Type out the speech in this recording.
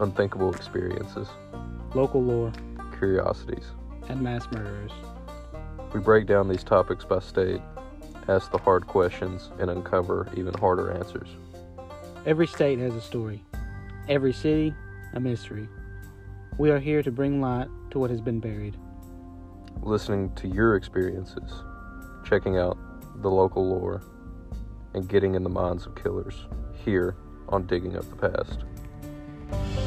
unthinkable experiences, local lore, curiosities. and mass murderers. We break down these topics by state, ask the hard questions, and uncover even harder answers. Every state has a story, every city, a mystery. We are here to bring light to what has been buried. Listening to your experiences, checking out the local lore, and getting in the minds of killers here on Digging Up the Past.